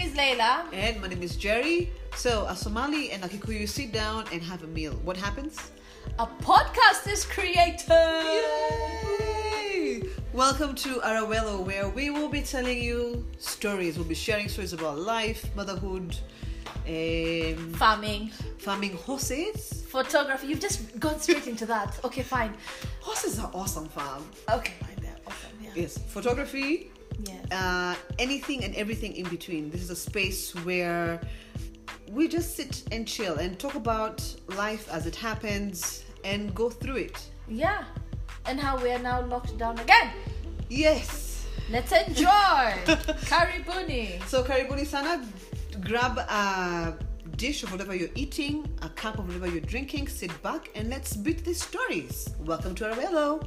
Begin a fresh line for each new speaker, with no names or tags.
is Layla.
And my name is Jerry. So, a Somali and a Kikuyu sit down and have a meal. What happens?
A podcast is created.
Yay! Welcome to Arawelo, where we will be telling you stories. We'll be sharing stories about life, motherhood, um,
Farming,
farming horses.
photography. You've just gone straight into that. Okay, fine.
Horses are awesome, farm.
Okay, fine. There. Awesome. Yeah.
Yes, photography,
Yeah.
uh, anything and everything in between. This is a space where we just sit and chill and talk about life as it happens and go through it.
Yeah. And how we are now locked down again.
Yes.
Let's enjoy. Karibuni.
So karibuni sana. Grab a dish of whatever you're eating, a cup of whatever you're drinking. Sit back and let's beat these stories. Welcome to Arabello.